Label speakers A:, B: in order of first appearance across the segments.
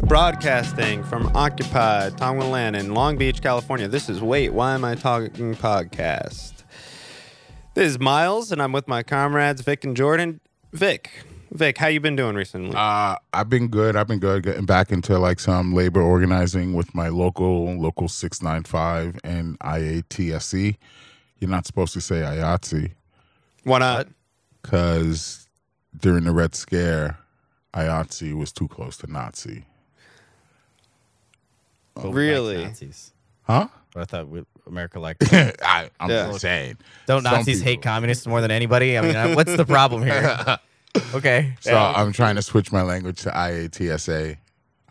A: Broadcasting from Occupied Tonga Land in Long Beach, California. This is Wait, Why Am I Talking podcast. This is Miles, and I'm with my comrades Vic and Jordan. Vic, Vic, how you been doing recently?
B: Uh, I've been good. I've been good getting back into like some labor organizing with my local local six nine five and IATSE. You're not supposed to say IATSE
A: Why not?
B: because during the Red Scare, IATSE was too close to Nazi.
C: But we like
A: Really?
C: Nazis.
B: Huh?
C: But I thought we, America liked.
B: I, I'm
A: Yeah.
B: just saying.
C: Don't
B: Some
C: Nazis hate
B: people.
C: communists more than anybody? I mean, I- what's the problem here? Okay.
B: So I'm trying to switch my language to IATSA,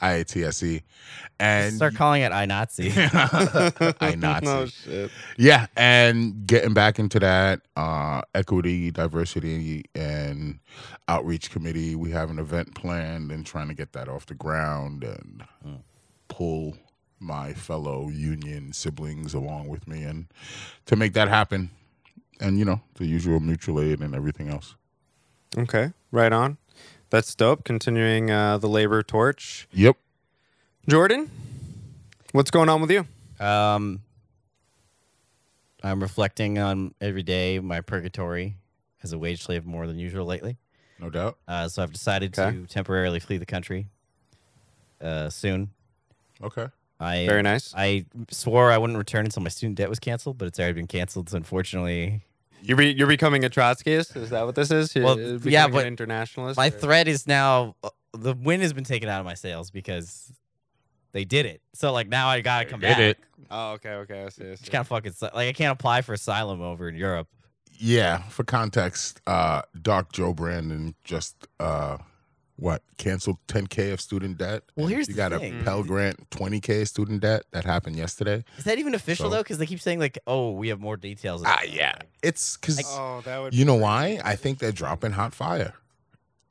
B: IATSE, E. and
C: Start calling it I Nazi.
B: I Nazi.
A: No Oh, shit.
B: Yeah, and getting back into that uh, equity, diversity, and outreach committee, we have an event planned and trying to get that off the ground and pull my fellow union siblings along with me and to make that happen. And you know the usual mutual aid and everything else.
A: Okay, right on. That's dope. Continuing uh, the labor torch.
B: Yep.
A: Jordan, what's going on with you?
C: Um, I'm reflecting on every day my purgatory as a wage slave more than usual lately.
B: No doubt.
C: Uh, so I've decided
A: Okay.
C: to temporarily flee the country uh, soon.
B: Okay.
C: I
A: Very nice.
C: I swore I wouldn't return until my student debt was canceled, but it's already been canceled. So unfortunately,
A: You're be- you're becoming a Trotskyist. Is that what this is? You're
C: Well,
A: becoming
C: yeah,
A: an
C: but
A: internationalist.
C: my
A: or-
C: thread is now uh, the wind has been taken out of my sails because they did it. So like now I gotta come back.
A: oh, okay, okay. I see. I see.
C: It's kind of fucking su- like I can't apply for asylum over in Europe.
B: Yeah, for context, uh, Doc Joe Brandon just uh, what canceled 10k of student debt.
C: Well,
B: And
C: here's
B: you
C: the
B: got
C: thing.
B: a Pell Grant 20k of student debt that happened yesterday.
C: Is that even official
B: So-
C: though? Because they keep saying like, "Oh, we have more details."
B: Ah, yeah, it's because
A: Oh, that would.
B: you know why? I think they're dropping hot fire.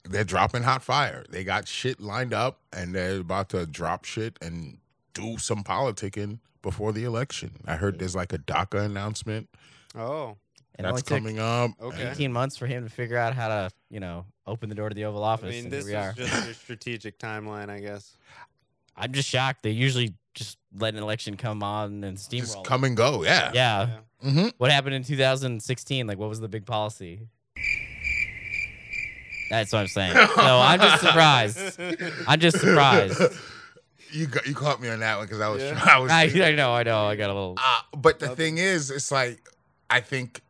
B: They're dropping hot fire. They got shit lined up, and they're about to drop shit and do some politicking before the election. I heard there's like a DACA announcement
A: Oh,
C: and it only
B: that's
C: took
B: coming up.
A: Okay.
C: Eighteen months for him to figure out how to, you know, open the door to the Oval
A: I
C: Office.
A: mean,
C: and
A: this
C: here we
A: is
C: are.
A: just your strategic timeline, I guess.
C: I'm just shocked. They usually just let an election come on and
B: Just
C: steamroll.
B: come and go. Yeah.
C: it.
A: Yeah.
C: yeah.
B: Mm-hmm.
C: What happened in 2016? Like, what was the big policy? That's what I'm saying. So I'm just surprised. I'm just surprised.
B: you got, you caught me on that one because I was
A: Yeah.
B: I was.
C: I, I know, I know. I got a little.
B: uh, but the thing is, it's like I think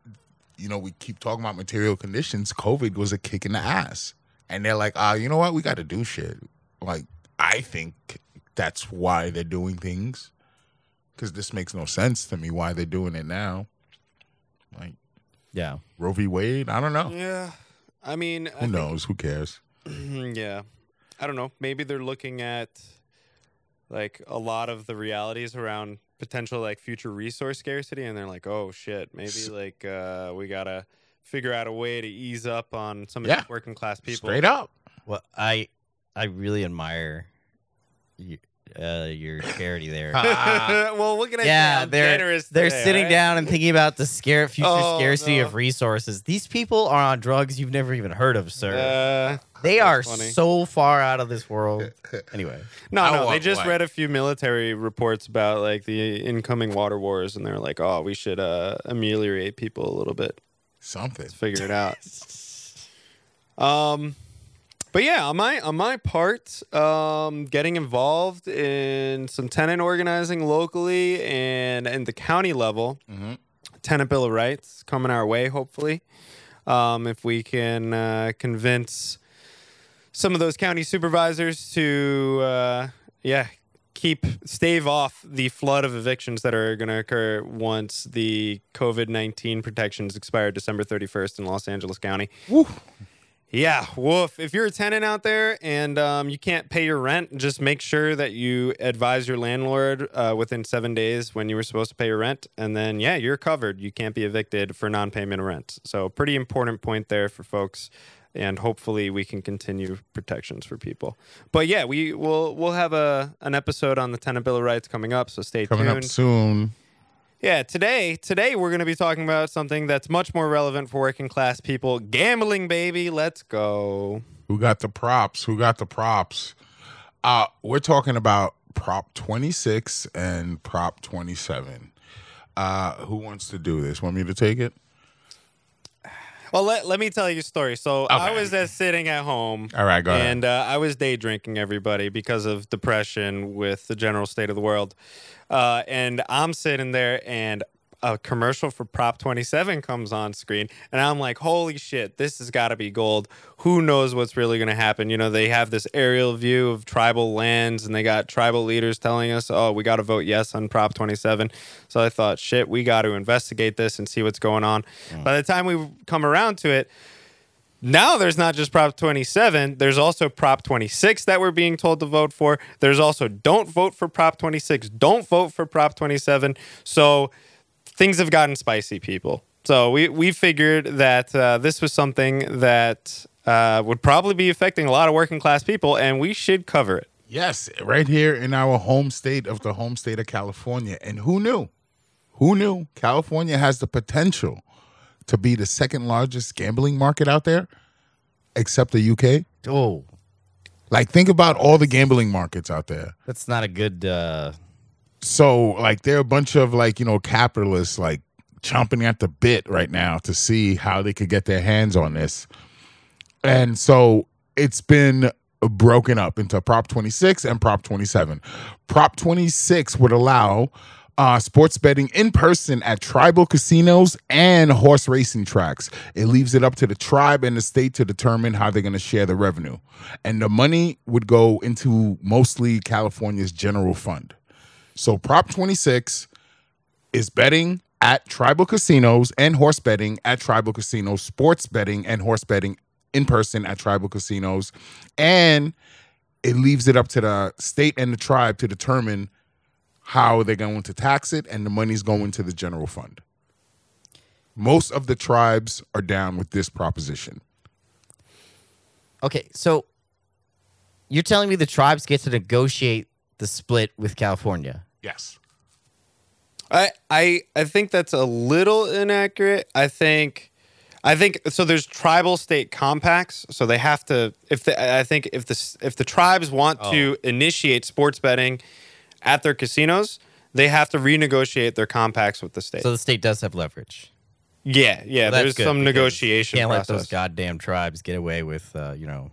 B: you know we keep talking about material conditions. COVID was a kick in the ass, and they're like, ah, you know what? We got to do shit. Like I think that's why they're doing things because this makes no sense to me why they're doing it now. Like
C: Yeah.
B: Roe v. Wade, I don't know.
A: Yeah. I mean, Mm, I
B: Who
A: think-
B: knows? Who cares?
A: yeah. I don't know. Maybe they're looking at like a lot of the realities around potential like future resource scarcity and they're like, "Oh shit, maybe
B: S-
A: like uh we got to figure out a way to ease up on some of
B: Yeah.
A: these working class people."
B: Straight up.
C: Well, I I really admire you, uh, your charity there.
A: well, look at it.
C: Yeah,
A: I'm
C: they're-
A: generous
C: They're
A: today,
C: sitting
A: alright?
C: down and thinking about the scare future
A: Oh,
C: scarcity
A: no.
C: of resources. These people are on drugs you've never even heard of, sir.
A: Uh,
C: they
A: that's
C: are
A: funny.
C: so far out of this world. Anyway,
A: No,
B: I
A: no. They
B: want
A: just
B: one.
A: read a few military reports about like the incoming water wars, and they're like, "Oh, we should uh, ameliorate people a little bit.
B: Something.
A: Let's figure it out." um, but yeah, on my on my part, um, getting involved in some tenant organizing locally and and the county level
B: Mhm.
A: tenant bill of rights coming our way hopefully um, if we can uh, convince some of those county supervisors to uh, yeah keep stave off the flood of evictions that are going to occur once the covid-19 protections expire december 31st in los angeles county yeah, woof. If you're a tenant out there and um, you can't pay your rent, just make sure that you advise your landlord uh, within seven days when you were supposed to pay your rent. And then, yeah, you're covered. You can't be evicted for non payment of rent. So, pretty important point there for folks. And hopefully, we can continue protections for people. But yeah, we will we'll have a an episode on the tenant bill of rights coming up. So stay
B: Coming
A: tuned.
B: up soon.
A: Yeah, today today we're going to be talking about something that's much more relevant for working class people. Gambling, baby, let's go.
B: Who got the props? Who got the props? Uh, we're talking about Prop 26 and Prop 27. Uh, who wants to do this? Want me to take it?
A: Well, let, let me tell you a story. So I
B: Okay.
A: was uh, sitting at home.
B: All right, go ahead.
A: And uh, I was day drinking everybody because of depression with the general state of the world. Uh, and I'm sitting there and a commercial for Prop 27 comes on screen. And I'm like, holy shit, this has got to be gold. Who knows what's really going to happen? You know, they have this aerial view of tribal lands and they got tribal leaders telling us, oh, we got to vote yes on Prop 27. So I thought, shit, we got to investigate this and see what's going on.
B: Mm.
A: By the time we come around to it, now there's not just Prop 27, there's also Prop 26 that we're being told to vote for. There's also don't vote for Prop 26, don't vote for Prop 27. So things have gotten spicy, people. So we, we figured that uh, this was something that uh, would probably be affecting a lot of working class people, and we should cover it.
B: Yes, right here in our home state of the home state of California. And who knew? Who knew California has the potential to be the second largest gambling market out there, except the UK?
C: Oh,
B: Like, think about all the gambling markets out there.
C: that's not a good. Uh,
B: So, like, there are a bunch of, like, you know, capitalists, like, chomping at the bit right now to see how they could get their hands on this. And so it's been broken up into Prop 26 and Prop 27. Prop 26 would allow uh, sports betting in person at tribal casinos and horse racing tracks. It leaves it up to the tribe and the state to determine how they're going to share the revenue. And the money would go into mostly California's general fund. So Prop 26 is betting at tribal casinos and horse betting at tribal casinos, sports betting and horse betting in person at tribal casinos. And it leaves it up to the state and the tribe to determine how they're going to tax it, and the money's going to the general fund. Most of the tribes are down with this proposition.
C: okay, so you're telling me the tribes get to negotiate the split with California?
B: Yes.
A: I I I think that's a little inaccurate. I think I think so there's tribal state compacts, so they have to if the I think if the s- if the tribes want to
C: Oh.
A: initiate sports betting at their casinos, they have to renegotiate their compacts with the state.
C: So the state does have leverage.
A: yeah, yeah, there's
C: Well, that's good
A: some
C: because
A: negotiation
C: You can't
A: process.
C: let those goddamn tribes get away with, uh, you know,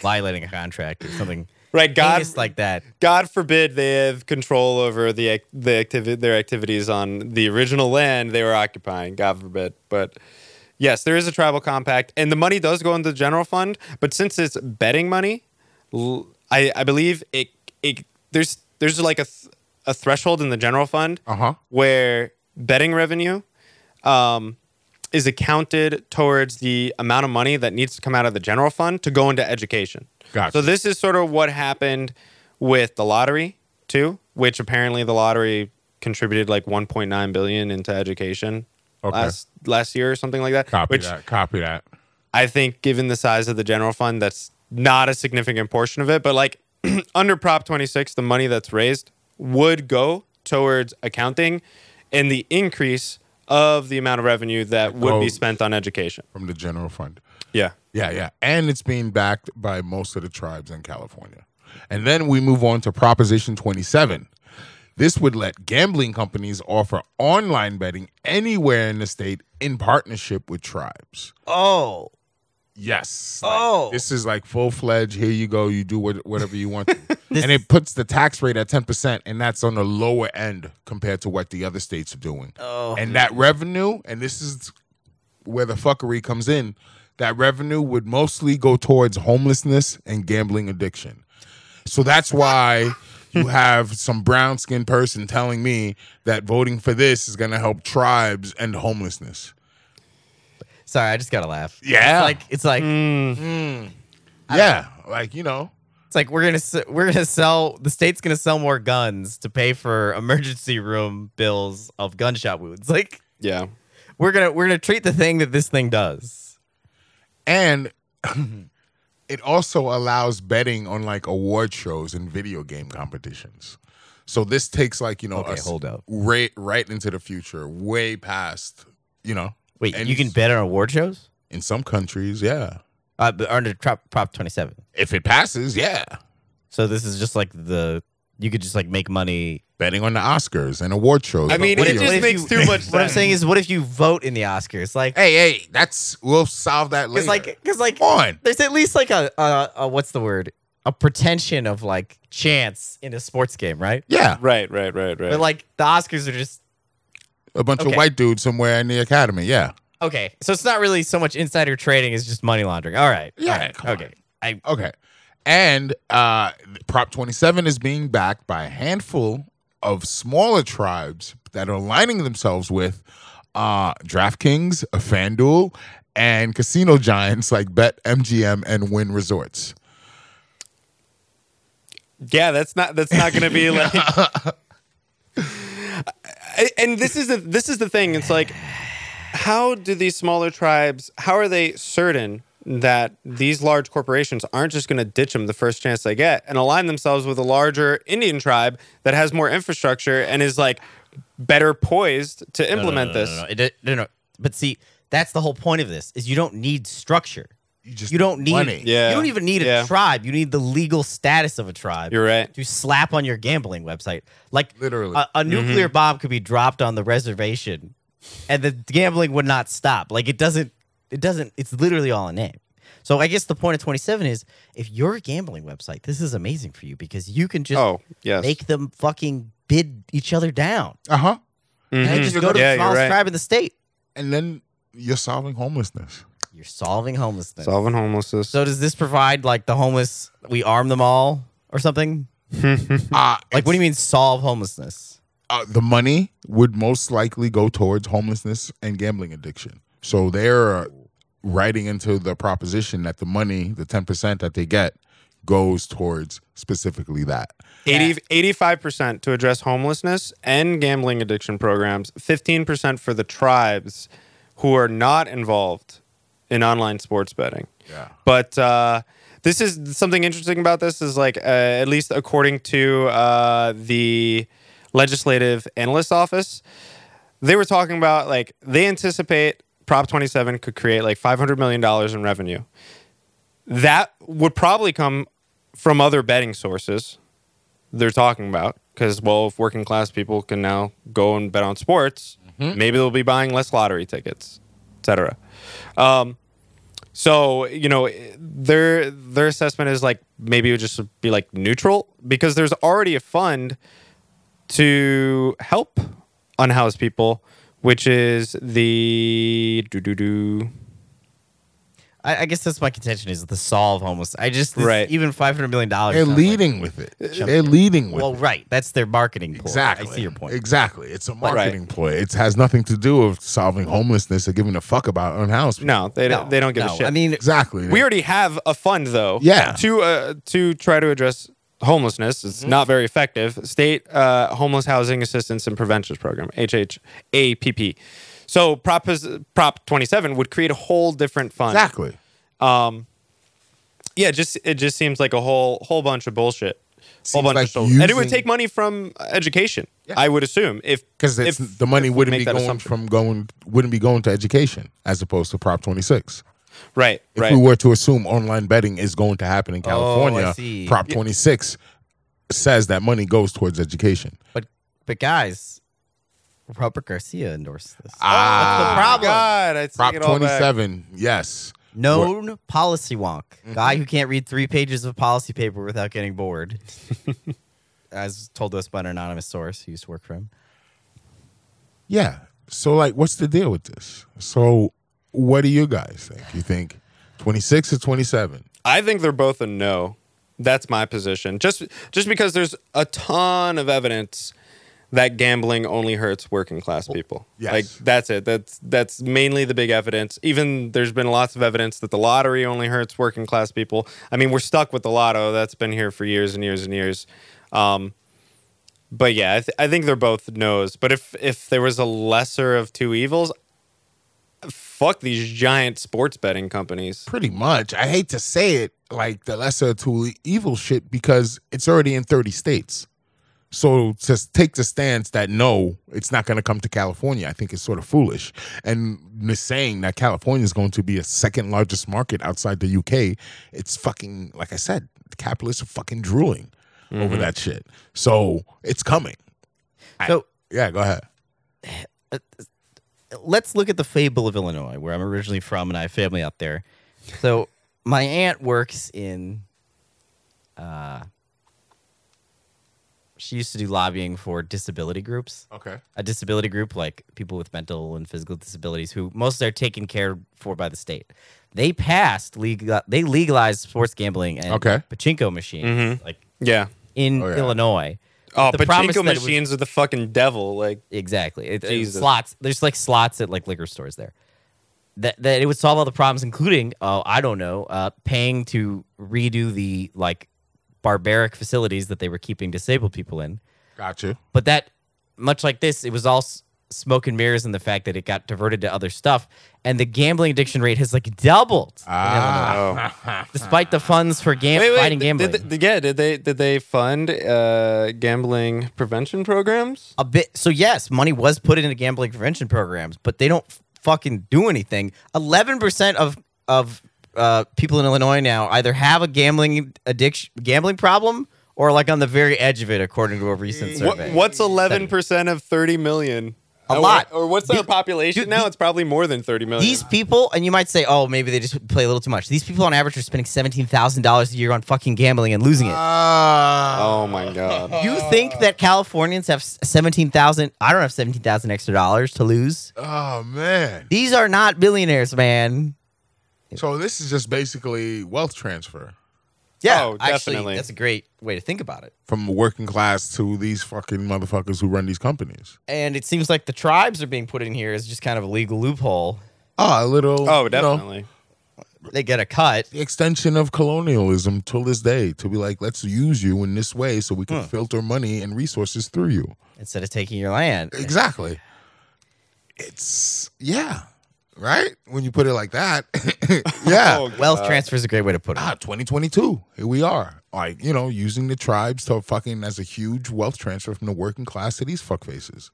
C: violating a contract or something.
A: Right, God-
C: heinous like that.
A: God forbid they have control over the ac- the activi- their activities on the original land they were occupying. God forbid, but yes, there is a tribal compact, and the money does go into the general fund. But since it's betting money, l- I, I believe it it there's there's like a th- a threshold in the general fund
B: Uh-huh.
A: where betting revenue um, is accounted towards the amount of money that needs to come out of the general fund to go into education.
B: Gotcha.
A: So this is sort of what happened with the lottery too, which apparently the lottery contributed like 1.9 billion into education
B: Okay.
A: last last year or something like that.
B: Copy
A: which
B: that. Copy that.
A: I think, given the size of the general fund, that's not a significant portion of it. But like under Prop 26, the money that's raised would go towards accounting and the increase of the amount of revenue that would be
B: Goes.
A: spent on education.
B: From the general fund.
A: Yeah.
B: Yeah, yeah. And it's being backed by most of the tribes in California. And then we move on to Proposition 27. This would let gambling companies offer online betting anywhere in the state in partnership with tribes.
C: Oh,
B: Yes. Like,
C: Oh.
B: This is like full fledged. Here you go. You do what, whatever you want. to. and it puts the tax rate at 10%, and that's on the lower end compared to what the other states are doing.
C: Oh.
B: And that revenue, and this is where the fuckery comes in, that revenue would mostly go towards homelessness and gambling addiction. So that's why you have some brown skinned person telling me that voting for this is going to help tribes and homelessness.
C: sorry, I just gotta laugh.
B: Yeah.
C: it's like it's like
A: Hmm.
B: yeah. Like, you know.
C: it's like we're gonna s- we're gonna sell the state's gonna sell more guns to pay for emergency room bills of gunshot wounds. Like
A: Yeah.
C: we're gonna we're gonna treat the thing that this thing does.
B: And it also allows betting on like award shows and video game competitions. So this takes like, you know,
C: Okay,
B: us
C: hold up.
B: right right into the future, way past, you know.
C: Wait,
B: and
C: you can bet on award shows?
B: in some countries, yeah.
C: Uh, but under Prop Prop Twenty Seven.
B: If it passes, yeah.
C: So this is just like the you could just like make money.
B: Betting on the Oscars and award shows.
A: I
B: but
A: mean,
B: what
A: it
B: do you-
A: just
C: if
A: makes
C: you-
A: too much sense.
C: What I'm saying is, what if you vote in the Oscars? Like,
B: hey, hey, that's we'll solve that later.
C: because like, because like,
B: Come on,
C: there's at least like a, a, a what's the word? A pretension of like chance in a sports game, right?
B: yeah,
A: right, right, right, right.
C: But like the Oscars are just
B: a bunch
C: Okay.
B: of white dudes somewhere in the academy. Yeah,
C: okay. So it's not really so much insider trading; it's just money laundering. All right.
B: Yeah,
C: All right.
B: come on.
C: Okay. I
B: okay. And uh, Prop 27 is being backed by a handful of smaller tribes that are aligning themselves with uh, DraftKings, FanDuel, and casino giants like BetMGM and Win Resorts.
A: Yeah, that's not that's not going to be like. I- and this is the this is the thing. It's like, how do these smaller tribes? How are they certain that these large corporations aren't just going to ditch them the first chance they get and align themselves with a larger Indian tribe that has more infrastructure and is like better poised to
C: no, no,
A: implement
C: no, no,
A: this?
C: No, no, It- it- no, no. But see, that's the whole point of this: is you don't need structure.
B: You just
C: You don't need.
B: money.
A: Yeah.
C: You don't even need
A: Yeah.
C: a tribe. You need the legal status of a tribe.
A: You're right. Mm-hmm.
C: to slap on your gambling website. Like
B: Literally.
C: a, a nuclear bomb could be dropped on the reservation, and the gambling would not stop. Like it doesn't. It doesn't. It's literally all a name. So I guess the point of twenty seven is if you're a gambling website, this is amazing for you because you can just
A: Oh yes.
C: make them fucking bid each other down
B: Uh huh.
C: and
A: Mhm.
C: just go to
A: Yeah, you're
C: the smallest
A: right.
C: tribe in the state.
B: And then you're solving homelessness.
C: You're solving homelessness.
A: Solving homelessness.
C: so does this provide like the homeless? We arm them all or something?
B: Uh,
C: Like what do you mean solve homelessness?
B: uh, the money would most likely go towards homelessness and gambling addiction. So they're writing into the proposition that the money, the 10% that they get, goes towards specifically that.
A: 85 percent to address homelessness and gambling addiction programs. Fifteen percent for the tribes who are not involved in online sports betting.
B: Yeah.
A: But uh, this is something interesting about this is like uh, at least according to uh, the legislative analyst office, they were talking about like they anticipate Prop 27 could create like 500 million dollars in revenue. That would probably come from other betting sources they're talking about because well, if working class people can now go and bet on sports, maybe they'll be buying less lottery tickets, etc. Um, so you know their their assessment is like maybe it would just be like neutral because there's already a fund to help unhoused people, which is the do do do.
C: I, I guess that's my contention is the solve homeless. I just this-
A: Right.
C: even five hundred million dollars.
B: They're leading with it. They're leading with
C: well,
B: it.
C: right. That's their marketing. ploy.
B: Exactly.
C: I see your point.
B: Exactly. It's a marketing ploy. It has nothing to do with solving homelessness or giving a fuck about unhoused. people.
A: No, they don't. They don't give
C: no.
A: a shit.
C: I mean,
B: Exactly.
A: we already have a fund though.
B: Yeah.
A: To uh, to try to address homelessness,
C: Mm-hmm.
A: it's not very effective. State uh, homeless housing assistance and prevention program (HHAPP). So prop is, prop 27 would create a whole different fund.
B: exactly.
A: Yeah, just it just seems like a whole whole bunch of bullshit.
B: Seems
A: whole bunch
B: like
A: of bullshit. and it would
B: using-
A: take money from education. I would assume if
B: Because it's
A: if-
B: the money
A: if we
B: wouldn't
A: make
B: be
A: that
B: going
A: assumption.
B: from going wouldn't be going to education as opposed to Prop 26.
A: right
B: If
A: right Oh,
B: we were to assume online betting is going to happen in California,
C: see.
B: Prop 26 says that money goes towards education.
C: but but guys, Robert Garcia endorsed this. Uh,
B: Ah.
C: What's the problem?
A: God, I take
B: Prop
A: it all back.
B: 27, yes.
C: Known policy wonk,
A: Mm-hmm.
C: guy who can't read three pages of policy paper without getting bored, as told to us by an anonymous source who used to work for him.
B: Yeah. So, like, what's the deal with this? So, what do you guys think? You think 26 or 27?
A: I think they're both a no. That's my position. Just just because there's a ton of evidence that gambling only hurts working class people.
B: yes.
A: Like that's it. That's that's mainly the big evidence. Even there's been lots of evidence that the lottery only hurts working class people. I mean, we're stuck with the lotto. That's been here for years and years and years. Um, but yeah, I, th- I think they're both no's. But if if there was a lesser of two evils, fuck these giant sports betting companies.
B: Pretty much. I hate to e-, say it like the lesser of two evil shit because it's already in 30 states. So to take the stance that no, it's not going to come to California, I think is sort of foolish. And the saying that California is going to be a second largest market outside the UK, it's fucking like I said, capitalists are fucking drooling over that shit. So it's coming.
C: So
B: Yeah, go ahead.
C: let's look at the fable of Illinois, where I'm originally from, and I have family out there. So my aunt works in. Uh, she used to do lobbying for disability groups.
B: Okay.
C: a disability group, like people with mental and physical disabilities, who most are taken care for by the state. They passed legal, they legalized sports gambling and
B: Okay. Mm-hmm.
C: pachinko machines, like
A: Yeah.
C: in
B: Oh, yeah.
C: Illinois.
A: Oh,
C: The promise
A: pachinko
C: that it was-
A: machines are the fucking devil. Like,
C: Exactly, it, it-
A: Jesus.
C: slots. There's like slots at like liquor stores there. That that it would solve all the problems, including oh I don't know, uh, paying to redo the like barbaric facilities that they were keeping disabled people in.
B: Gotcha.
C: but that much like this it was all s- smoke and mirrors and the fact that it got diverted to other stuff and the gambling addiction rate has like doubled in Illinois,
A: oh.
C: despite the funds for gam-
A: Ah. wait, wait.
C: fighting
A: did-
C: gambling
A: Did, they- yeah, did they did they fund uh, gambling prevention programs?
C: a bit so yes money was put into gambling prevention programs but they don't f- fucking do anything 11% of of uh, people in illinois now either have a gambling addiction gambling problem or like on the very edge of it according to a recent
A: What,
C: survey
A: what's eleven percent of thirty million?
C: A
A: Or-
C: lot.
A: Or what's our
C: Dude,
A: population
C: dude,
A: now?
C: the-
A: It's probably more than thirty million.
C: These people, and you might say, oh, maybe they just play a little too much. These people on average are spending $17,000 a year on fucking gambling and losing it.
A: oh my god.
C: You think that Californians have 17,000, I don't have 17,000 extra dollars to lose.
B: oh man.
C: These are not billionaires, man.
B: So this is just basically wealth transfer
C: Yeah,
A: Oh,
C: actually,
A: definitely.
C: that's a great way to think about it.
B: from the working class to these fucking motherfuckers who run these companies.
C: And it seems like the tribes are being put in here as just kind of a legal loophole.
B: Ah, a little.
A: Oh,
B: you know,
A: definitely.
C: They get a cut.
B: the extension of colonialism till this day to be like, let's use you in this way so we can filter money and resources through you.
C: Instead of taking your land,
B: Exactly. It's yeah, right. When you put it like that, yeah.
A: Oh,
C: wealth transfer is a great way to put it.
B: Ah, 2022. Here we are. Like, you know, using the tribes to fucking as a huge wealth transfer from the working class to these fuckfaces.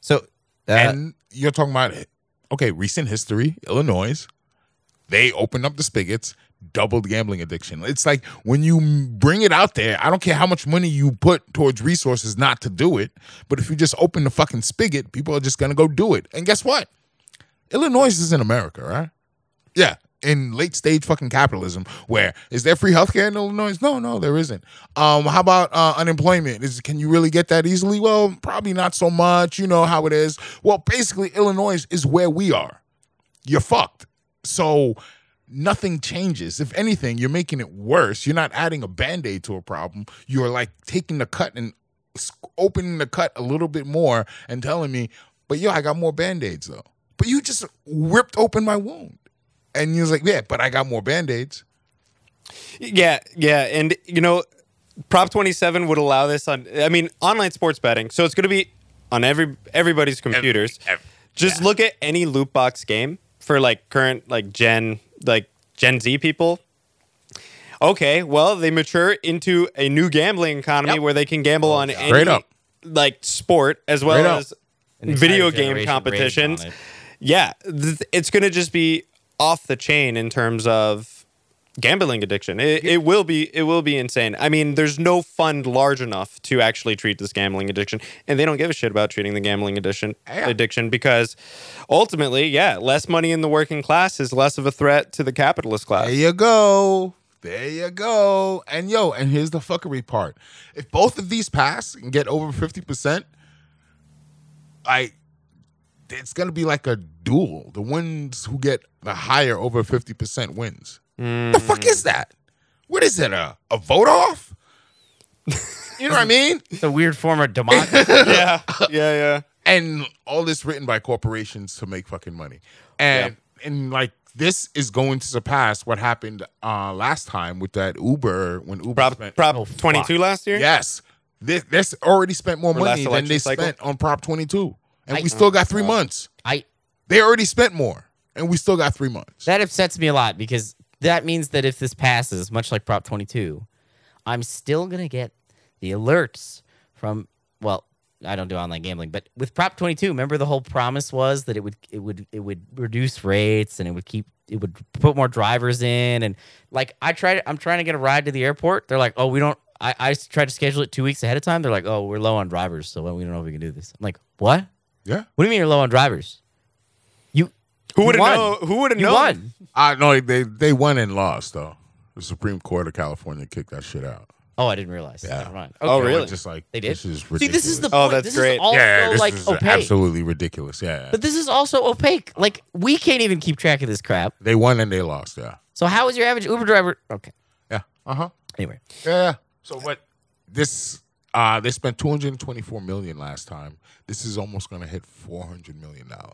C: So, uh,
B: and you're talking about okay, recent history, Illinois, they opened up the spigots, doubled gambling addiction. It's like when you m- bring it out there, I don't care how much money you put towards resources not to do it, but if you just open the fucking spigot, people are just gonna go do it. And guess what? Illinois is in America, right? Yeah. In late stage fucking capitalism, where is there free healthcare in Illinois? No, no, there isn't. Um, how about uh, unemployment? Is can you really get that easily? Well, probably not so much. You know how it is. Well, basically, Illinois is where we are. You're fucked. So nothing changes. If anything, you're making it worse. You're not adding a band aid to a problem. You're like taking the cut and s- opening the cut a little bit more and telling me, but yo, I got more band aids though. But you just ripped open my wound. And you was like, yeah, but I got more band aids.
A: Yeah, yeah, and you know, Prop 27 would allow this on. I mean, online sports betting. So it's going to be on every everybody's computers. Just look at any loot box game for like current like Gen like Gen Z people. Okay, well, they mature into a new gambling economy
C: Yep.
A: where they can gamble
C: Oh,
A: on any
B: Straight up.
A: like sport as well
B: Straight up.
A: as
C: An entire
A: video game
C: generation raised on
A: competitions.
C: it.
A: Yeah, th- it's going to just be off the chain in terms of gambling addiction. It, it will be it will be insane. I mean, there's no fund large enough to actually treat this gambling addiction, and they don't give a shit about treating the gambling addiction
B: Yeah.
A: addiction because ultimately, yeah, less money in the working class is less of a threat to the capitalist class.
B: There you go. There you go. And yo, and here's the fuckery part. If both of these pass and get over 50%, I it's gonna be like a duel. The ones who get the higher over 50% wins. The fuck is that? What is it? A, a vote off? you know what I mean?
C: it's a weird form of democracy.
A: yeah, yeah, yeah.
B: and all this written by corporations to make fucking money and and like this is going to surpass what happened uh last time with that uber when uber
A: Prop
B: spent-
A: Prop
C: Oh, fuck.
A: 22 last year.
B: yes this, this already spent more
A: Or last
B: money than
A: election
B: they
A: cycle?
B: spent on prop 22 and
C: I-
B: we still got three months
C: I
B: they already spent more and we still got three months
C: That upsets me a lot because that means that if this passes, much like Prop 22, I'm still going to get the alerts from well, I don't do online gambling, but with Prop 22, remember the whole promise was that it would it would it would reduce rates and it would keep it would put more drivers in and like I tried I'm trying to get a ride to the airport. They're like, "Oh, we don't I I tried to schedule it 2 weeks ahead of time." They're like, "Oh, we're low on drivers, so we don't know if we can do this." I'm like, "What?
B: Yeah.
C: What do you mean you're low on drivers?" You
A: Who would
C: you
A: have
C: won.
A: known? Who would have
C: You
A: known?
C: won.
B: I know they they won and lost though. The Supreme Court of California kicked that shit out.
C: Oh, I didn't realize.
B: Yeah.
C: Never mind.
A: Oh,
B: They were
A: really?
B: Just like
C: They did?
B: This is
C: See,
B: ridiculous.
C: this is the
A: Oh,
C: point.
A: that's
C: this
A: great.
C: Is also,
B: yeah. This
C: like
B: is
C: opaque.
B: absolutely ridiculous. Yeah.
C: But this is also opaque. Like we can't even keep track of this crap.
B: they won and they lost. Yeah.
C: So how is your average Uber driver? Okay.
B: Yeah. Uh huh.
C: Anyway,
B: Yeah. So what? This uh they spent 224 million last time. This is almost going to hit 400 million dollars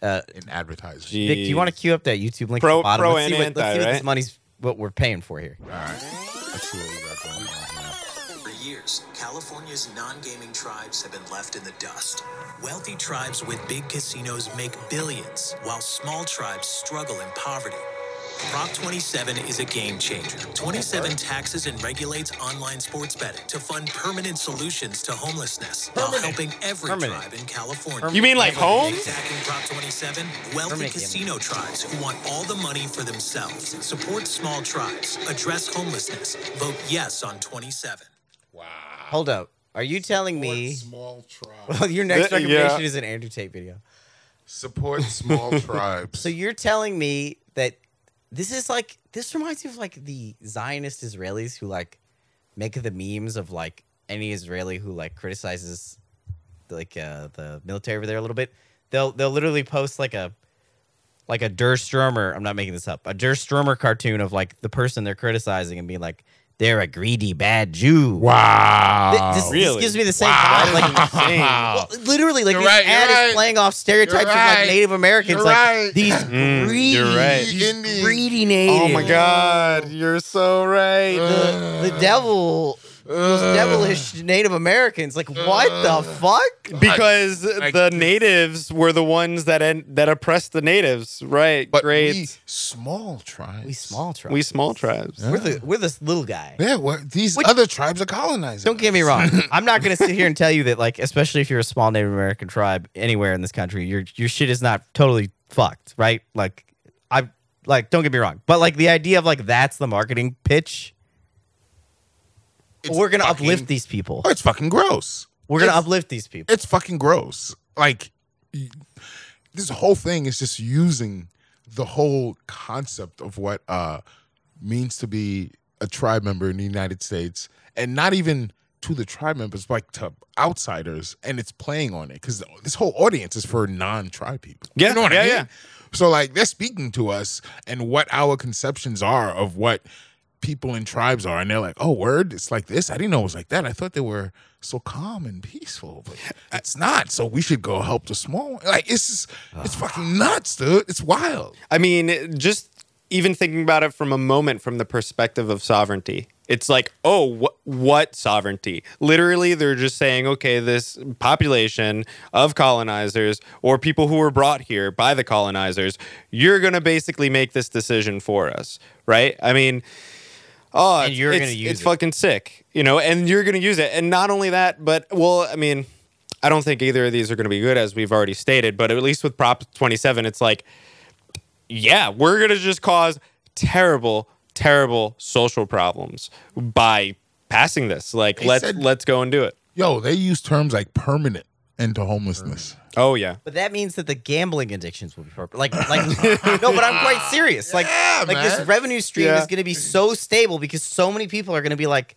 C: uh,
B: in advertising.
C: Vic, do you want to queue up that YouTube link?
A: Pro-
C: at the bottom?
A: pro
C: let's see
A: and
C: what, let's see
A: anti,
C: what this
A: right?
C: money's what we're paying for here.
B: All right. Let's see what we got going on here.
D: For years, California's non gaming tribes have been left in the dust. Wealthy tribes with big casinos make billions, while small tribes struggle in poverty. Prop 27 is a game changer. 27 taxes and regulates online sports betting to fund permanent solutions to homelessness while
C: Permanent.
D: helping every
C: Permanent.
D: tribe in California.
A: You mean like home?
D: Attacking Prop 27, wealthy
C: Permanent
D: casino tribes who want all the money for themselves. Support small tribes, address homelessness, vote yes on 27.
C: Hold up. Are you telling me?
B: Small tribes.
C: Well, your next
A: Uh, Yeah.
C: recommendation is an Andrew Tate video.
B: Support small tribes.
C: So you're telling me that this is like this reminds me of like the Zionist Israelis who like make the memes of like any Israeli who like criticizes like uh, the military over there a little bit. They'll they'll literally post like a like a Der Sturmer. I'm not making this up. A Der Sturmer cartoon of like the person they're criticizing and being like they're a greedy bad Jew. Th-
B: wow.
C: This, this
A: Really?
C: gives me the same vibe. Like, well, literally, like
B: You're
C: this
B: right, you're
C: ad is
B: right.
C: playing off stereotypes
B: You're
C: of
B: right.
C: like Native Americans,
B: You're
C: like
B: right.
C: these
A: Mm,
C: greedy,
A: you're right.
C: these
B: Indians.
C: greedy natives.
A: Oh my God, you're so right.
C: The, the devil, those
A: Uh.
B: Ugh.
C: devilish Native Americans. Like what the fuck?
A: because
B: like
A: the
B: this-
A: natives were the ones that en- that oppressed the natives, right?
B: But
A: Great,
B: we
A: we,
B: small tribes.
C: We small tribes.
A: small tribes.
C: We're the we're this little guy.
B: Yeah, what these
C: Which-
B: other tribes are colonizing.
C: Don't get me
B: us.
C: wrong. I'm not going to sit here and tell you that, like, especially if you're a small Native American tribe anywhere in this country, your your shit is not totally fucked, right? Like, I like don't get me wrong, but like the idea of like that's the marketing pitch.
B: It's
C: we're going to
B: fucking-
C: uplift these people.
B: Oh, it's fucking gross.
C: We're going to
B: it's-
C: uplift these people.
B: It's fucking gross. Like y- this whole thing is just using the whole concept of what uh means to be a tribe member in the United States and not even to the tribe members, like to outsiders, and it's playing on it because this whole audience is for non-tribe people.
A: Yeah,
B: you know what
A: yeah,
B: I mean?
A: yeah.
B: So like they're speaking to us and what our conceptions are of what people in tribes are, and they're like, "Oh, word, it's like this. I didn't know it was like that. I thought they were so calm and peaceful, but it's not. So we should go help the small one. Like it's just, it's fucking nuts, dude. It's wild.
A: I mean, just even thinking about it from a moment from the perspective of sovereignty, it's like, oh, wh- what sovereignty? Literally, they're just saying, okay, this population of colonizers or people who were brought here by the colonizers, you're going to basically make this decision for us, right? I mean, oh,
C: And
A: it's-
C: you're
A: it's-
C: gonna use
A: it's
C: it.
A: fucking sick, you know, and you're going to use it. And not only that, but, well, I mean, I don't think either of these are going to be good, as we've already stated, but at least with Prop 27, it's like, yeah, we're going to just cause terrible, terrible social problems by passing this. Like,
B: They
A: let's
B: said-
A: let's go and do it.
B: Yo, they use terms like permanent into homelessness.
A: Oh yeah,
C: But that means that the gambling addictions will be perfect. Like, like no, but I'm quite serious. Like,
B: Yeah,
C: like this
B: man.
C: revenue stream
A: Yeah.
C: is going to be so stable because so many people are going to be like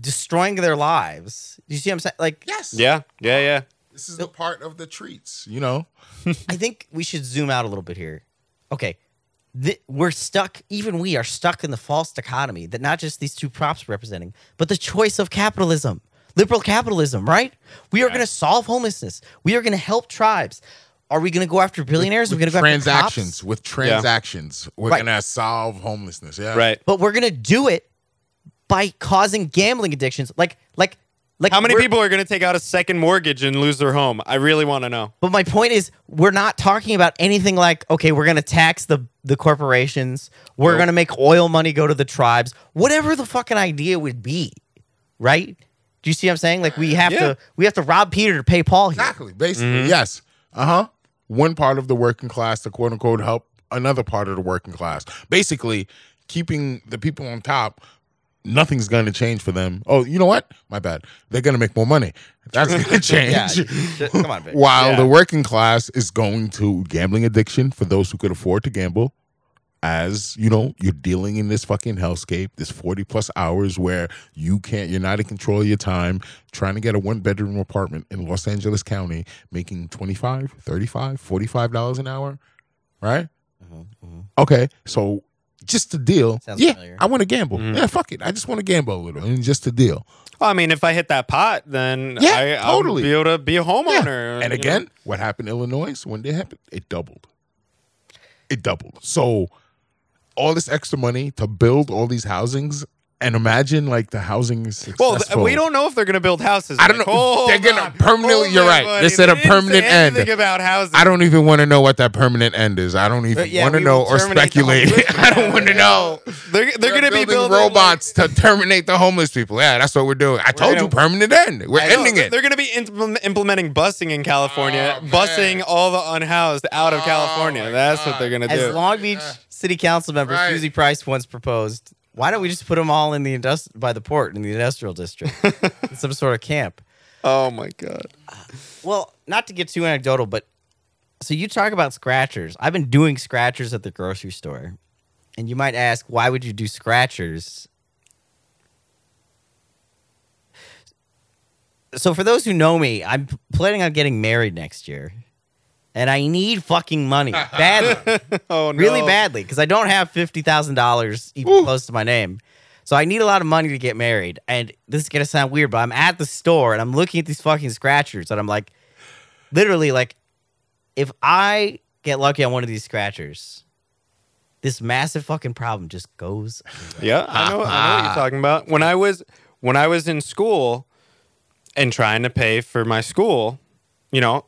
C: destroying their lives. You see, what I'm saying like,
B: Yes.
A: yeah, yeah, yeah.
B: This is the part of the treats, you know.
C: I think we should zoom out a little bit here. Okay, Th- we're stuck. Even we are stuck in the false dichotomy that not just these two props are representing, but the choice of capitalism, liberal capitalism. Right? We are going to solve homelessness. We are going to help tribes. Are we going to go after billionaires?
B: With
C: we're going to go after cops?
B: transactions with transactions, we're
C: Right.
B: gonna solve homelessness. Yeah,
A: Right.
C: but we're gonna do it by causing gambling addictions. Like, like, like.
A: How many
C: we're-
A: people are going to take out a second mortgage and lose their home? I really want to know.
C: But my point is, we're not talking about anything like, okay, we're gonna tax the the corporations. We're gonna make oil money go to the tribes. Whatever the fucking idea would be, right? Do you see what I'm saying? Like we have
A: Yeah.
C: to we have to rob Peter to pay Paul here.
B: Exactly. Basically, yes. Uh huh. One part of the working class to quote unquote help another part of the working class. Basically, keeping the people on top. Nothing's going to change for them. Oh, you know what? My bad. They're going to make more money. That's going to change.
C: Come on, Vic.
B: While
A: Yeah.
B: the working class is going to gambling addiction for those who could afford to gamble, as you know, you're dealing in this fucking hellscape, this 40 plus hours where you can't, you're not in control of your time, trying to get a one bedroom apartment in Los Angeles County, making 25, 35, 45 dollars an hour, right? Okay, so just to deal,
C: Mm-hmm, Sounds
B: yeah,
C: familiar.
B: I want to gamble. Yeah, fuck it, I just want to gamble a little, and just to deal.
A: Well, I mean, if I hit that pot, then
B: Yeah,
A: I,
B: totally.
A: I'll be able to be a
B: Yeah.
A: homeowner. you
B: And
A: know?
B: again, what happened in Illinois when they happened, it doubled. It doubled. So all this extra money to build all these housings, and imagine like the housing is
A: Well, th-
B: successful.
A: we don't know if they're going to build houses.
B: I don't
A: Nick.
B: know. They're
A: Hold
B: gonna
A: on.
B: permanently-
A: Hold
B: you're
A: on,
B: right. They
A: buddy.
B: said a
A: didn't say
B: permanent end.
A: anything about houses.
B: I don't even want to know what that permanent end is. I don't even
A: But Uh, yeah,
B: want to
A: we
B: know
A: will
B: or
A: terminate the
B: speculate.
A: homeless
B: I don't want to know.
A: They're, they're
B: We're
A: going to be building
B: robots to terminate the homeless people. Yeah, that's what we're doing. I told
A: gonna-
B: you, permanent end. We're
A: like- I know,
B: ending it.
A: They're going to be implement- implementing busing in California,
B: Oh, man.
A: busing all the unhoused out of
B: Oh, my
A: California. That's what
B: God.
A: they're going to do.
C: As Long Beach City Council member
B: Right.
C: Susie Price once proposed, why don't we just put them all in the industri- by the port in the industrial district, in some sort of camp?
A: oh my god.
C: Well, not to get too anecdotal, but so you talk about scratchers. I've been doing scratchers at the grocery store, and you might ask, why would you do scratchers? So, for those who know me, I'm p- planning on getting married next year, and I need fucking money badly.
A: Oh no.
C: really badly because I don't have fifty thousand dollars even close to my name. So I need a lot of money to get married. And this is gonna sound weird, but I'm at the store and I'm looking at these fucking scratchers, and I'm like, literally, like, if I get lucky on one of these scratchers, this massive fucking problem just goes.
A: Yeah, I know. I know what you're talking about. When I was when I was in school and trying to pay for my school, you know,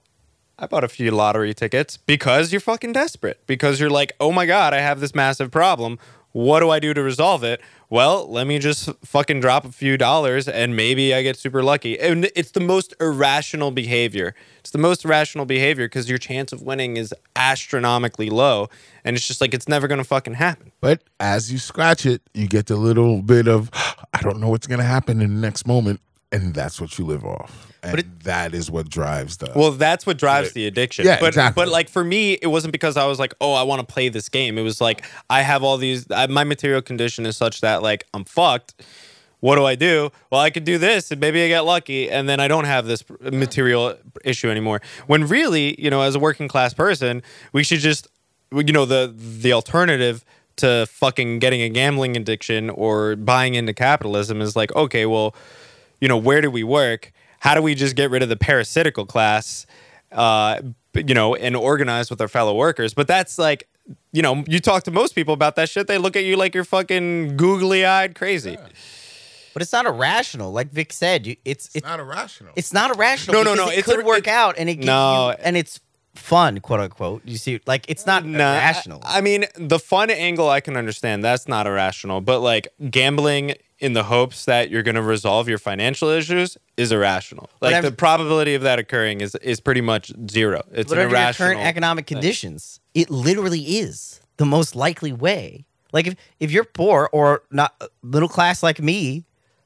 A: I bought a few lottery tickets because you're fucking desperate. Because you're like, oh my god, I have this massive problem. What do I do to resolve it? Well, let me just fucking drop a few dollars and maybe I get super lucky. And it's the most irrational behavior. It's the most irrational behavior because your chance of winning is astronomically low. And it's just like, it's never going to fucking happen.
B: But as you scratch it, you get the little bit of I don't know what's gonna happen in the next moment, and that's what you live off. And that is what drives the
A: Well, that's what drives the addiction.
B: Yeah,
A: but,
B: exactly.
A: But like for me, it wasn't because I was like, oh, I want to play this game. It was like I have all these. I, my material condition is such that like I'm fucked. What do I do? Well, I could do this, and maybe I get lucky, and then I don't have this material issue anymore. When really, you know, as a working class person, we should just, you know, the the alternative to fucking getting a gambling addiction or buying into capitalism is like, okay, well, you know, where do we work? How do we just get rid of the parasitical class, uh, b- you know, and organize with our fellow workers? But that's like, you know, you talk to most people about that shit, they look at you like you're fucking googly eyed crazy.
C: But it's not irrational, like Vic said. You, it's it's,
B: not irrational.
C: it's not irrational.
A: No, no,
C: because
A: no,
C: It
A: it's
C: could
A: a-
C: work
A: it-
C: out, and it gives
A: No.
C: you, and it's fun, quote unquote. You see, like it's not
A: Nah,
C: irrational.
A: I, I mean, the fun angle I can understand. That's not irrational, but like gambling in the hopes that you're going to resolve your financial issues is irrational. Like
C: I'm-
A: the probability of that occurring is is pretty much zero. It's an
C: whatever your
A: irrational.
C: current economic conditions, it literally is the most likely way. Like if, if you're poor or not uh, middle class like me,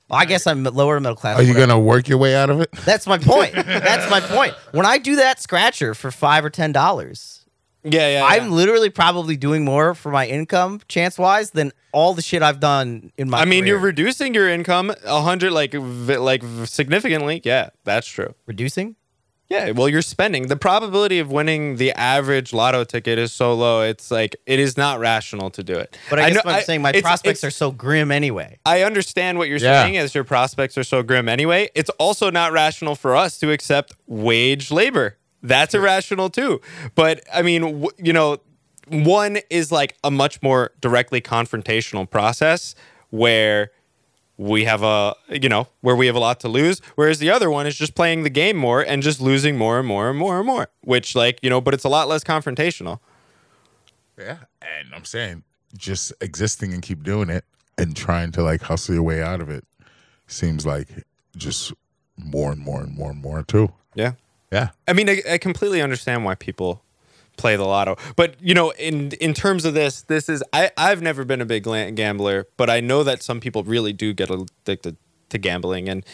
C: well, I guess I'm lower middle class.
B: Are you
C: whatever.
B: gonna work your way out of it?
C: That's my point. That's my point. When I do that scratcher for five or ten dollars,
A: yeah, yeah, yeah.
C: I'm literally probably doing more for my income chance wise than all the shit I've done in my.
A: I mean, you're
C: career.
A: reducing your income a hundred, like, v- like v- significantly. Yeah, that's true.
C: reducing.
A: Yeah, well, you're spending. The probability of winning the average lotto ticket is so low. It's like it is not rational to do it.
C: But I, guess
A: know-
C: what I'm saying my
A: it's- it's-
C: prospects are so grim anyway.
A: I understand what you're
B: Yeah.
A: saying as your prospects are so grim anyway. It's also not rational for us to accept wage labor. That's irrational too. But I mean, w- you know, one is like a much more directly confrontational process where we have a, you know, where we have a lot to lose, whereas the other one is just playing the game more and just losing more and more and more and more, which like, you know, but it's a lot less confrontational.
B: Yeah. And I'm saying just existing and keep doing it and trying to like hustle your way out of it seems like just more and more and more and more too.
A: Yeah.
B: Yeah.
A: I mean, I, I completely understand why people play the lotto, but you know, in in terms of this, this is I I've never been a big gla- gambler, but I know that some people really do get addicted to gambling, and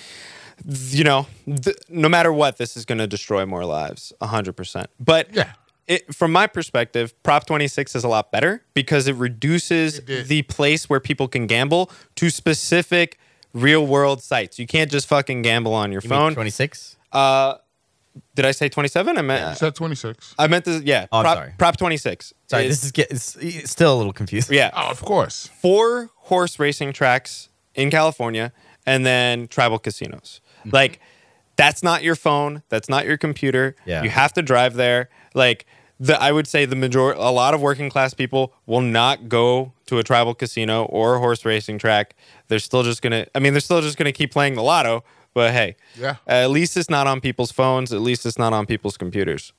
A: you know, th- no matter what, this is going to destroy more lives, hundred percent. But
B: Yeah.
A: It, from my perspective, Prop 26 is a lot better because it reduces the place where people can gamble to specific real world sites. You can't just fucking gamble on your phone.
C: Twenty six.
A: Did I say 27? I meant
B: Is that 26?
A: I meant this. Yeah.
C: Oh, I'm
A: prop,
C: sorry.
A: Prop 26.
C: Sorry,
A: It's-
C: this is get, it's, it's still a little confusing.
A: yeah.
B: Oh, of course.
A: Four horse racing tracks in California and then tribal casinos.
C: Mm-hmm.
A: Like, that's not your phone. That's not your computer.
C: Yeah.
A: You have to drive there. Like, the, I would say the major, a lot of working class people will not go to a tribal casino or a horse racing track. They're still just gonna. I mean, they're still just gonna keep playing the lotto. But hey,
B: Yeah.
A: At least it's not on people's phones. At least it's not on people's computers.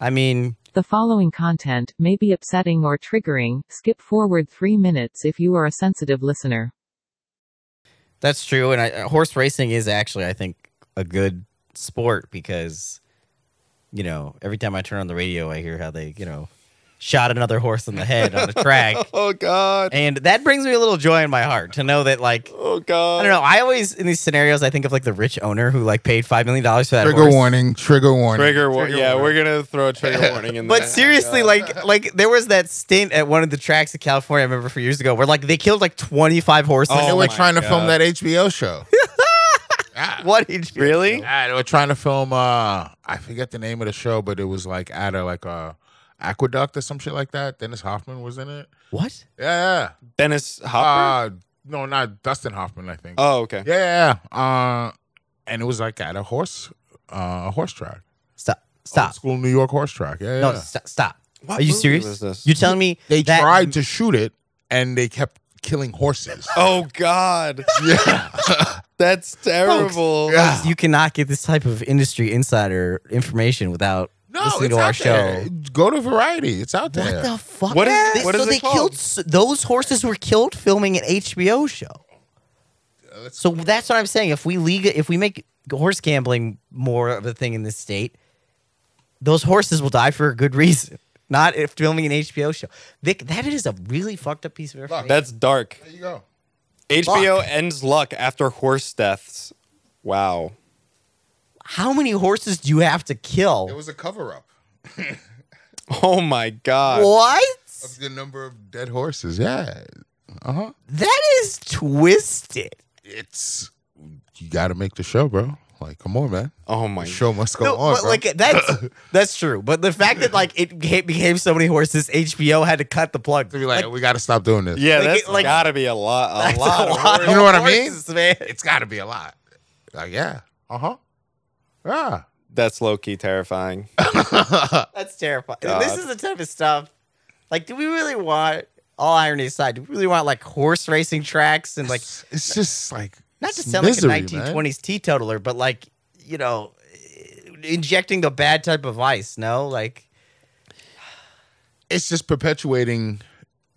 C: I mean,
E: The following content may be upsetting or triggering. Skip forward three minutes if you are a sensitive listener.
C: that's true. And I, uh, horse racing is actually, I think, a good sport because, you know, every time I turn on the radio, I hear how they, you know, shot another horse in the head on a track,
A: Oh God.
C: and that brings me a little joy in my heart to know that, like,
A: Oh God.
C: I don't know. I always in these scenarios, I think of like the rich owner who like paid five million dollars for that
B: Trigger
C: horse.
B: warning. Trigger warning.
A: Trigger, war-
C: Trigger
A: yeah,
C: warning.
A: we're gonna throw a trigger warning in there. Oh,
C: But seriously, like, like there was that stint at one of the tracks in California. I remember for years ago, where like they killed like twenty five horses.
B: They
A: Oh
B: were
A: my
B: trying to film
A: God.
B: that HBO show. yeah.
C: what did you-
A: really,
B: Yeah, they were trying to film. uh I forget the name of the show, but it was like at a like a aqueduct or some shit like that. Dennis Hoffman was in it.
C: What?
B: Yeah.
A: Dennis
B: yeah.
A: Hopper.
B: Uh, no, not Dustin Hoffman. I think.
A: oh, okay.
B: Yeah, yeah. yeah. Uh, and it was like at a horse, uh, a horse track.
C: Stop! Stop!
B: Old school New York horse track. Yeah.
C: No,
B: yeah.
C: st- stop!
A: What
C: Are you
A: movie
C: serious?
A: was this?
C: You telling me
B: They
C: that-
B: tried to shoot it, and they kept killing horses.
A: Oh God,
B: yeah.
A: that's terrible.
B: Yeah.
C: You cannot get this type of industry insider information without listening to our show.
B: there. Go to Variety. It's out there.
C: What the fuck?
A: What is-
C: is this?
A: what is
C: so
A: it
C: they
A: called?
C: killed s- those horses were killed filming an HBO show. So that's what I'm saying. If we legal, if we make horse gambling more of a thing in this state, those horses will die for a good reason. Not if filming an HBO show. Vic, that is a really fucked up piece of information.
A: That's dark.
B: there you go.
A: HBO ends luck after horse deaths. Wow.
C: How many horses do you have to
B: It
C: kill?
B: was a cover up
A: Oh my God.
C: What?
B: of the number of dead horses. Yeah. Uh huh.
C: That is twisted.
B: It's you got to make the show, bro. Like, come on, man.
A: Oh my.
B: The show must go
C: No,
B: on,
C: but
B: bro.
C: like that's that's true. But the fact that like it became, became so many horses, HBO had to cut the plug.
B: to be like, we got to stop doing this.
A: Yeah,
C: Like,
A: that's
C: it- like-
A: gotta be a lot.
C: That's
A: A lot. of horse-
B: You know what I mean?
C: horses, man.
B: it's got to be a lot. Like, yeah. Uh
C: Uh-huh.
B: huh. Yeah.
A: That's low key terrifying.
C: That's terrifying.
A: God.
C: This is the type of stuff. Like, do we really want? All irony aside, do we really want like horse racing tracks and like
B: It's- it's just like
C: not to
B: it's
C: sound
B: misery,
C: like a
B: man.
C: 1920s teetotaler, but like you know, injecting a bad type of vice? No, like
B: It's just perpetuating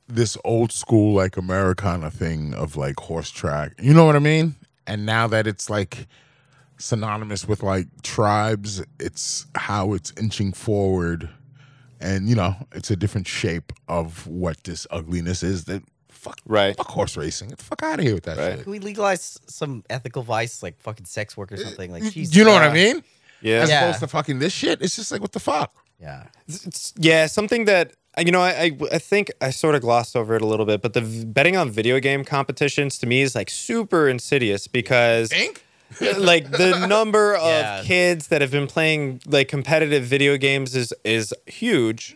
B: this old school like Americana thing of like horse track. You know what I mean? And now that it's like synonymous with like tribes, it's how it's inching forward, and you know, it's a different shape of what this ugliness is. That fuck,
A: Right.
B: fuck horse racing. Get the fuck out of here with that
A: Right.
B: shit.
C: can we legalize some ethical vice, like fucking sex work or
A: Uh,
C: something? Like, Jesus.
B: you know what I
C: Yeah.
B: mean?
A: Yeah.
B: As
C: Yeah.
B: opposed to fucking this shit, it's just like what the fuck.
C: Yeah.
A: It's- yeah, something that you know, I, I I think I sort of glossed over it a little bit, but the v- betting on video game competitions to me is like super insidious because uh,
B: Think?
A: like the number of
C: Yeah.
A: kids that have been playing like competitive video games is is huge.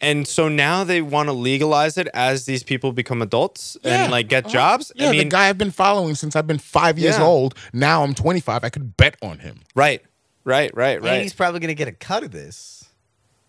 A: And so now they want to legalize it as these people become adults
B: Yeah.
A: and like
C: Uh-huh.
A: get jobs.
B: Yeah,
A: I mean,
B: the guy I've been following since I've been five years
A: Yeah.
B: old. Now I'm 25. I could bet on him.
A: right, right, right,
C: And he's
A: right.
C: probably gonna get a cut of this.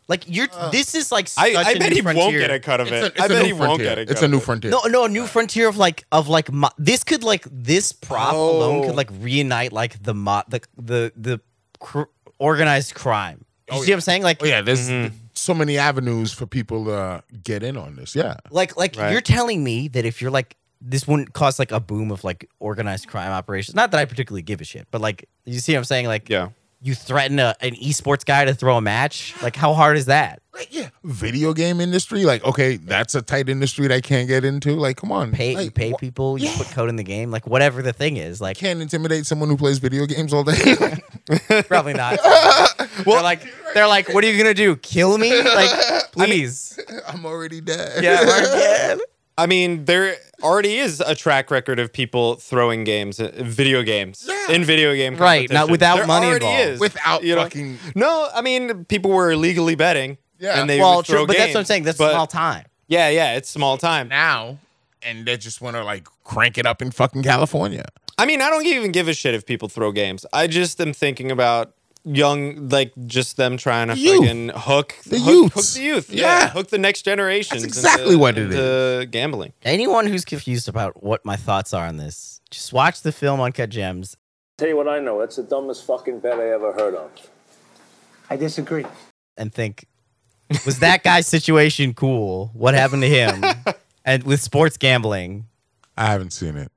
C: Like you're, this is like
A: I,
C: such
A: I
C: a
A: bet
C: new
A: he won't
C: frontier.
A: get a cut of it.
B: It's a- it's
A: I
B: a
A: bet
B: new
A: he won't
B: frontier.
A: get a cut.
B: It's a
A: of
B: new
A: it.
B: frontier.
C: No, no, a new frontier of like of like mo- this could like this prop alone
A: Oh.
C: could like reunite like the mo- the the the cr- organized crime. You
B: Oh,
C: see
B: yeah.
C: what I'm saying? Like
B: Oh, yeah, there's
A: Mm-hmm.
B: so many avenues for people to get in on this. Yeah.
C: like like
A: Right.
C: you're telling me that if you're like this wouldn't cause like a boom of like organized crime operations. Not that I particularly give a shit, but like you see what I'm saying? Like
A: Yeah.
C: you threaten a, an esports guy to throw a match. Like how hard is that?
B: Like, yeah, video game industry. Like, okay, that's a tight industry that I can't get into. Like, come on,
C: Pay you
B: like,
C: pay
B: wh-
C: people, you
B: yeah.
C: put code in the game, like whatever the thing is. Like
B: Can't intimidate someone who plays video games all day.
C: probably not. well, like they're like, what are you gonna do? Kill me? Like please.
B: I'm already dead.
C: yeah, we're dead.
A: I mean, there already is a track record of people throwing games, uh, video games,
B: Yeah.
A: in video game
C: Right, not
A: competitions.
C: without
A: There
C: money
A: already
C: involved.
A: is,
B: Without
A: you know?
B: fucking-
A: No, I mean, people were illegally betting.
B: Yeah.
A: and they
C: well,
A: would throw
C: true, but that's what I'm
A: games,
C: saying. That's
A: but-
C: small time.
A: Yeah, yeah, it's small time.
B: now, and they just want to like crank it up in fucking California.
A: I mean, I don't even give a shit if people throw games. I just am thinking about young, like just them trying to
B: Youth.
A: fucking hook
B: The
A: hook,
B: youths.
A: hook the youth. Yeah.
B: Yeah.
A: hook the next generation.
B: exactly what it
A: Gambling.
C: Anyone who's confused about what my thoughts are on this, just watch the film Uncut Gems
F: Tell you what I know, that's the dumbest fucking bet I ever heard of.
G: I disagree.
C: and think, was that guy's situation cool? What happened to him? and with sports gambling,
B: I haven't seen it.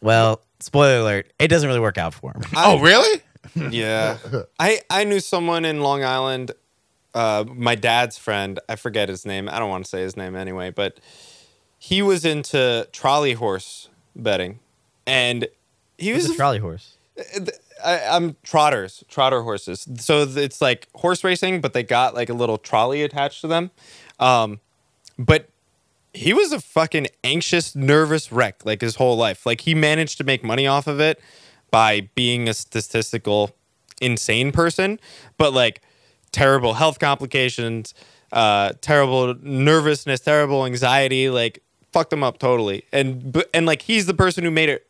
C: well, spoiler alert, it doesn't really work out for him.
B: oh, really?
A: Yeah, I I knew someone in Long Island. Uh, my dad's friend. I forget his name. I don't want to say his name anyway, but he was into trolley horse betting, and he
C: He's
A: was
C: a
A: a
C: trolley horse.
A: I, I'm trotters, trotter horses. So th- it's like horse racing, but they got like a little trolley attached to them. Um, but he was a fucking anxious, nervous wreck like his whole life. Like he managed to make money off of it by being a statistical insane person, but like terrible health complications, uh, terrible nervousness, terrible anxiety, like fucked him up totally. And but, and like he's the person who made it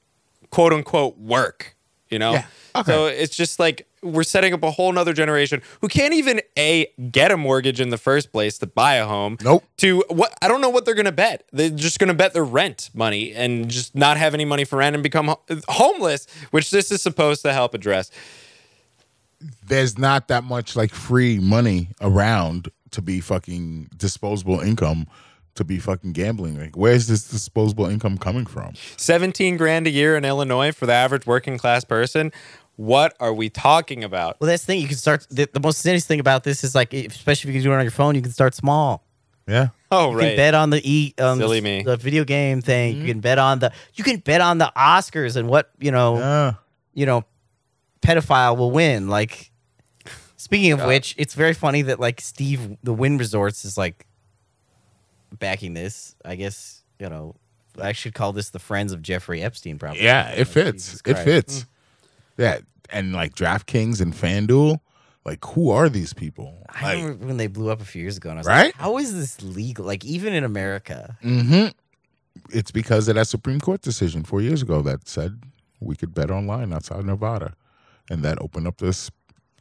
A: quote unquote work, you know?
B: Yeah. Okay.
A: So it's just like we're setting up a whole nother generation who can't even a get a mortgage in the first place to buy a home.
B: Nope.
A: To what I don't know what they're gonna bet. They're just gonna bet their rent money and just not have any money for rent and become ho- homeless, which this is supposed to help address.
B: There's not that much like free money around to be fucking disposable income to be fucking gambling. Like, where's this disposable income coming from?
A: Seventeen grand a year in Illinois for the average working class person. What are we talking about?
C: Well, that's the thing. You can start. The, the most serious thing about this is like, if- especially if you can do it on your phone, you can start small.
B: Yeah.
A: Oh
C: You can
A: right,
C: bet on the e um,
A: Silly
C: the,
A: me. Mm-hmm.
C: the video game thing. You can bet on the you can bet on the Oscars and what you know
B: Yeah.
C: you know, pedophile will win. Like, speaking of which, it's very funny that like Steve, the Win Resorts, is like backing this. I guess you know, I should call this the Friends of Jeffrey Epstein, probably.
B: Yeah, it
C: Oh, Jesus
B: fits. It
C: Christ.
B: fits. Yeah, and like DraftKings and FanDuel, like who are these people?
C: I
B: Like,
C: remember when they blew up a few years ago, and I was
B: Right?
C: like, "How is this legal? Like, even in America,
B: hmm It's because of that Supreme Court decision four years ago that said we could bet online outside Nevada, and that opened up this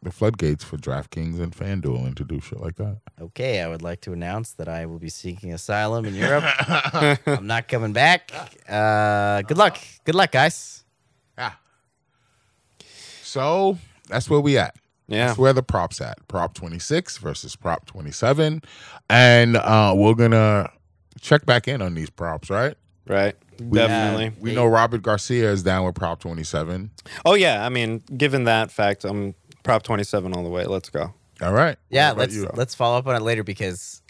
B: the floodgates for DraftKings and FanDuel and to do shit like that.
C: okay, I would like to announce that I will be seeking asylum in Europe. I'm not coming back. Uh, good luck. Good luck, guys.
B: So that's where we at.
A: yeah.
B: That's where the props at. Prop 26 versus prop 27, and uh, we're gonna check back in on these props, right?
A: Right. Definitely.
B: We know Robert Garcia is down with Prop 27.
A: Oh yeah. I mean, given that fact, I'm prop twenty seven all the way. Let's go.
B: All right.
C: yeah
B: What about
C: let's
B: you?
C: let's follow up on it later because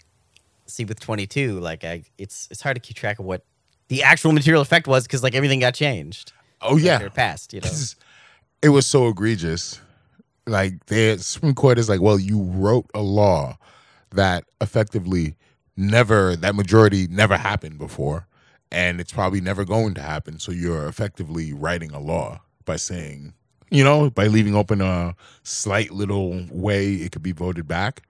C: see with 22 like i it's it's hard to keep track of what the actual material effect was because like everything got changed
B: Oh yeah,
C: after it passed you know
B: it was so egregious. Like the Supreme Court is like, well, you wrote a law that effectively never that majority never happened before, and it's probably never going to happen. So you're effectively writing a law by saying, you know, by leaving open a slight little way it could be voted back.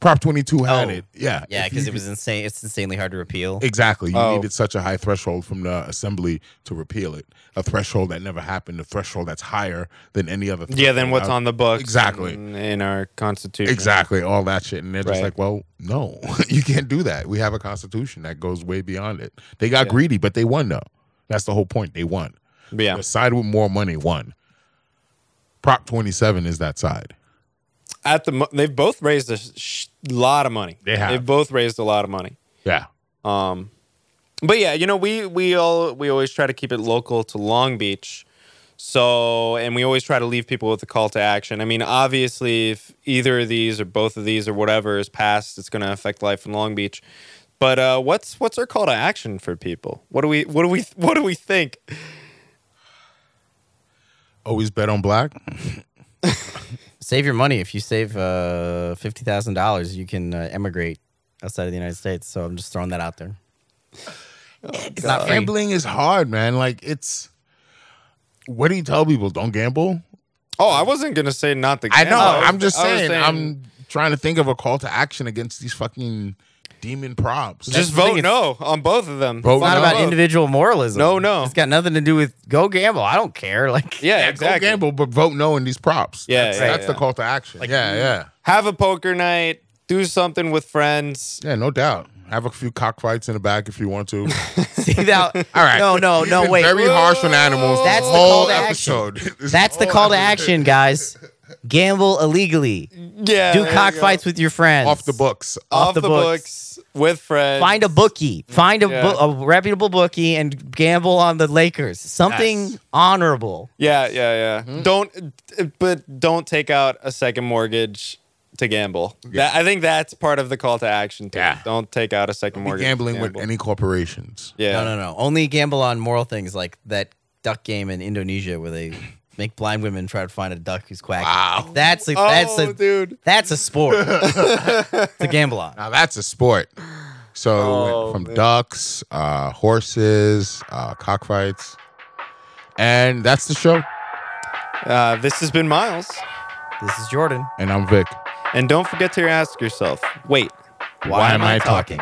B: Prop 22 had
C: Oh.
B: it. Yeah.
C: yeah
B: If
C: because
B: you
C: it was insane it's insanely hard to repeal
B: Exactly. You
A: Oh.
B: needed such a high threshold from the assembly to repeal it. A threshold that never happened, a threshold that's higher than any other
A: Yeah, then what's on the books?
B: Uh, Exactly.
A: In, in our constitution.
B: Exactly, all that shit. And they're just
A: Right.
B: like, well, no, you can't do that. We have a constitution that goes way beyond it. They got greedy, but they won, though. That's the whole point. They won.
A: But yeah.
B: The side with more money won. Prop 27 is that side.
A: At the mo- they've both raised a sh- lot of money.
B: They have.
A: They've both raised a lot of money.
B: Yeah.
A: Um But yeah, you know, we we all we always try to keep it local to Long Beach. So, and we always try to leave people with a call to action. I mean, obviously, if either of these or both of these or whatever is passed, it's going to affect life in Long Beach. But uh, what's what's our call to action for people? What do we what do we what do we think?
B: Always bet on black.
C: Save your money. If you save uh, fifty thousand dollars, you can uh, emigrate outside of the United States. So I'm just throwing that out there.
B: It's not gambling is hard, man. Like it's. What do you tell people? Don't gamble.
A: Oh, I wasn't going to say not the.
B: I know.
A: gamble. was-
B: I'm just
A: I was
B: saying, I'm trying to think of a call to action against these fucking demon props.
A: just
C: the thing,
A: vote no on both of them.
B: Vote
A: Fuck
B: no.
C: Not about
A: both.
C: individual moralism.
A: No, no.
C: it's got nothing to do with go gamble. I don't care. Like,
A: Yeah,
B: yeah,
A: exactly.
B: go gamble, but vote no in these props.
A: Yeah,
B: that's,
A: yeah,
B: that's the
A: yeah. mm.
B: call to action. yeah, yeah,
A: Have a poker night. Do something with friends.
B: yeah, no doubt. Have a few cockfights in the back if you want to.
C: see that?
B: All right.
C: No, no, no.
B: Been
C: Wait.
B: Very harsh on animals. this
C: That's the
B: whole
C: call to action.
B: episode. This
C: That's the
B: whole
C: call to
B: episode.
C: action, guys. Gamble illegally.
A: Yeah.
C: Do
A: there you
C: cockfights with your friends.
B: Off the books.
A: go. off,
C: the
A: the, books. with friends.
C: Find a bookie. Find a,
A: Yeah.
C: book a reputable bookie and gamble on the Lakers. Something
B: Yes.
C: honorable.
A: Yeah, yeah, yeah. Don't, but don't take out a second mortgage to gamble. That, I think that's part of the call to action. Too.
B: Yeah.
A: Don't take out a second
B: Be
A: mortgage. to
B: gambling
A: gamble.
B: with any corporations.
A: Yeah.
C: No, no, no. Only gamble on moral things like that duck game in Indonesia where they make blind women try to find a duck who's quacking.
B: Wow.
C: Like, that's a,
A: Oh,
C: that's a
A: dude.
C: that's a sport to gamble on.
B: Now that's a sport. So we
A: Oh,
B: went from
A: man.
B: ducks, uh, horses, uh, cockfights, and that's the show.
A: Uh, this has been Miles,
C: This is Jordan.
B: And I'm Vic.
A: and don't forget to ask yourself. Wait,
C: Why, am I talking?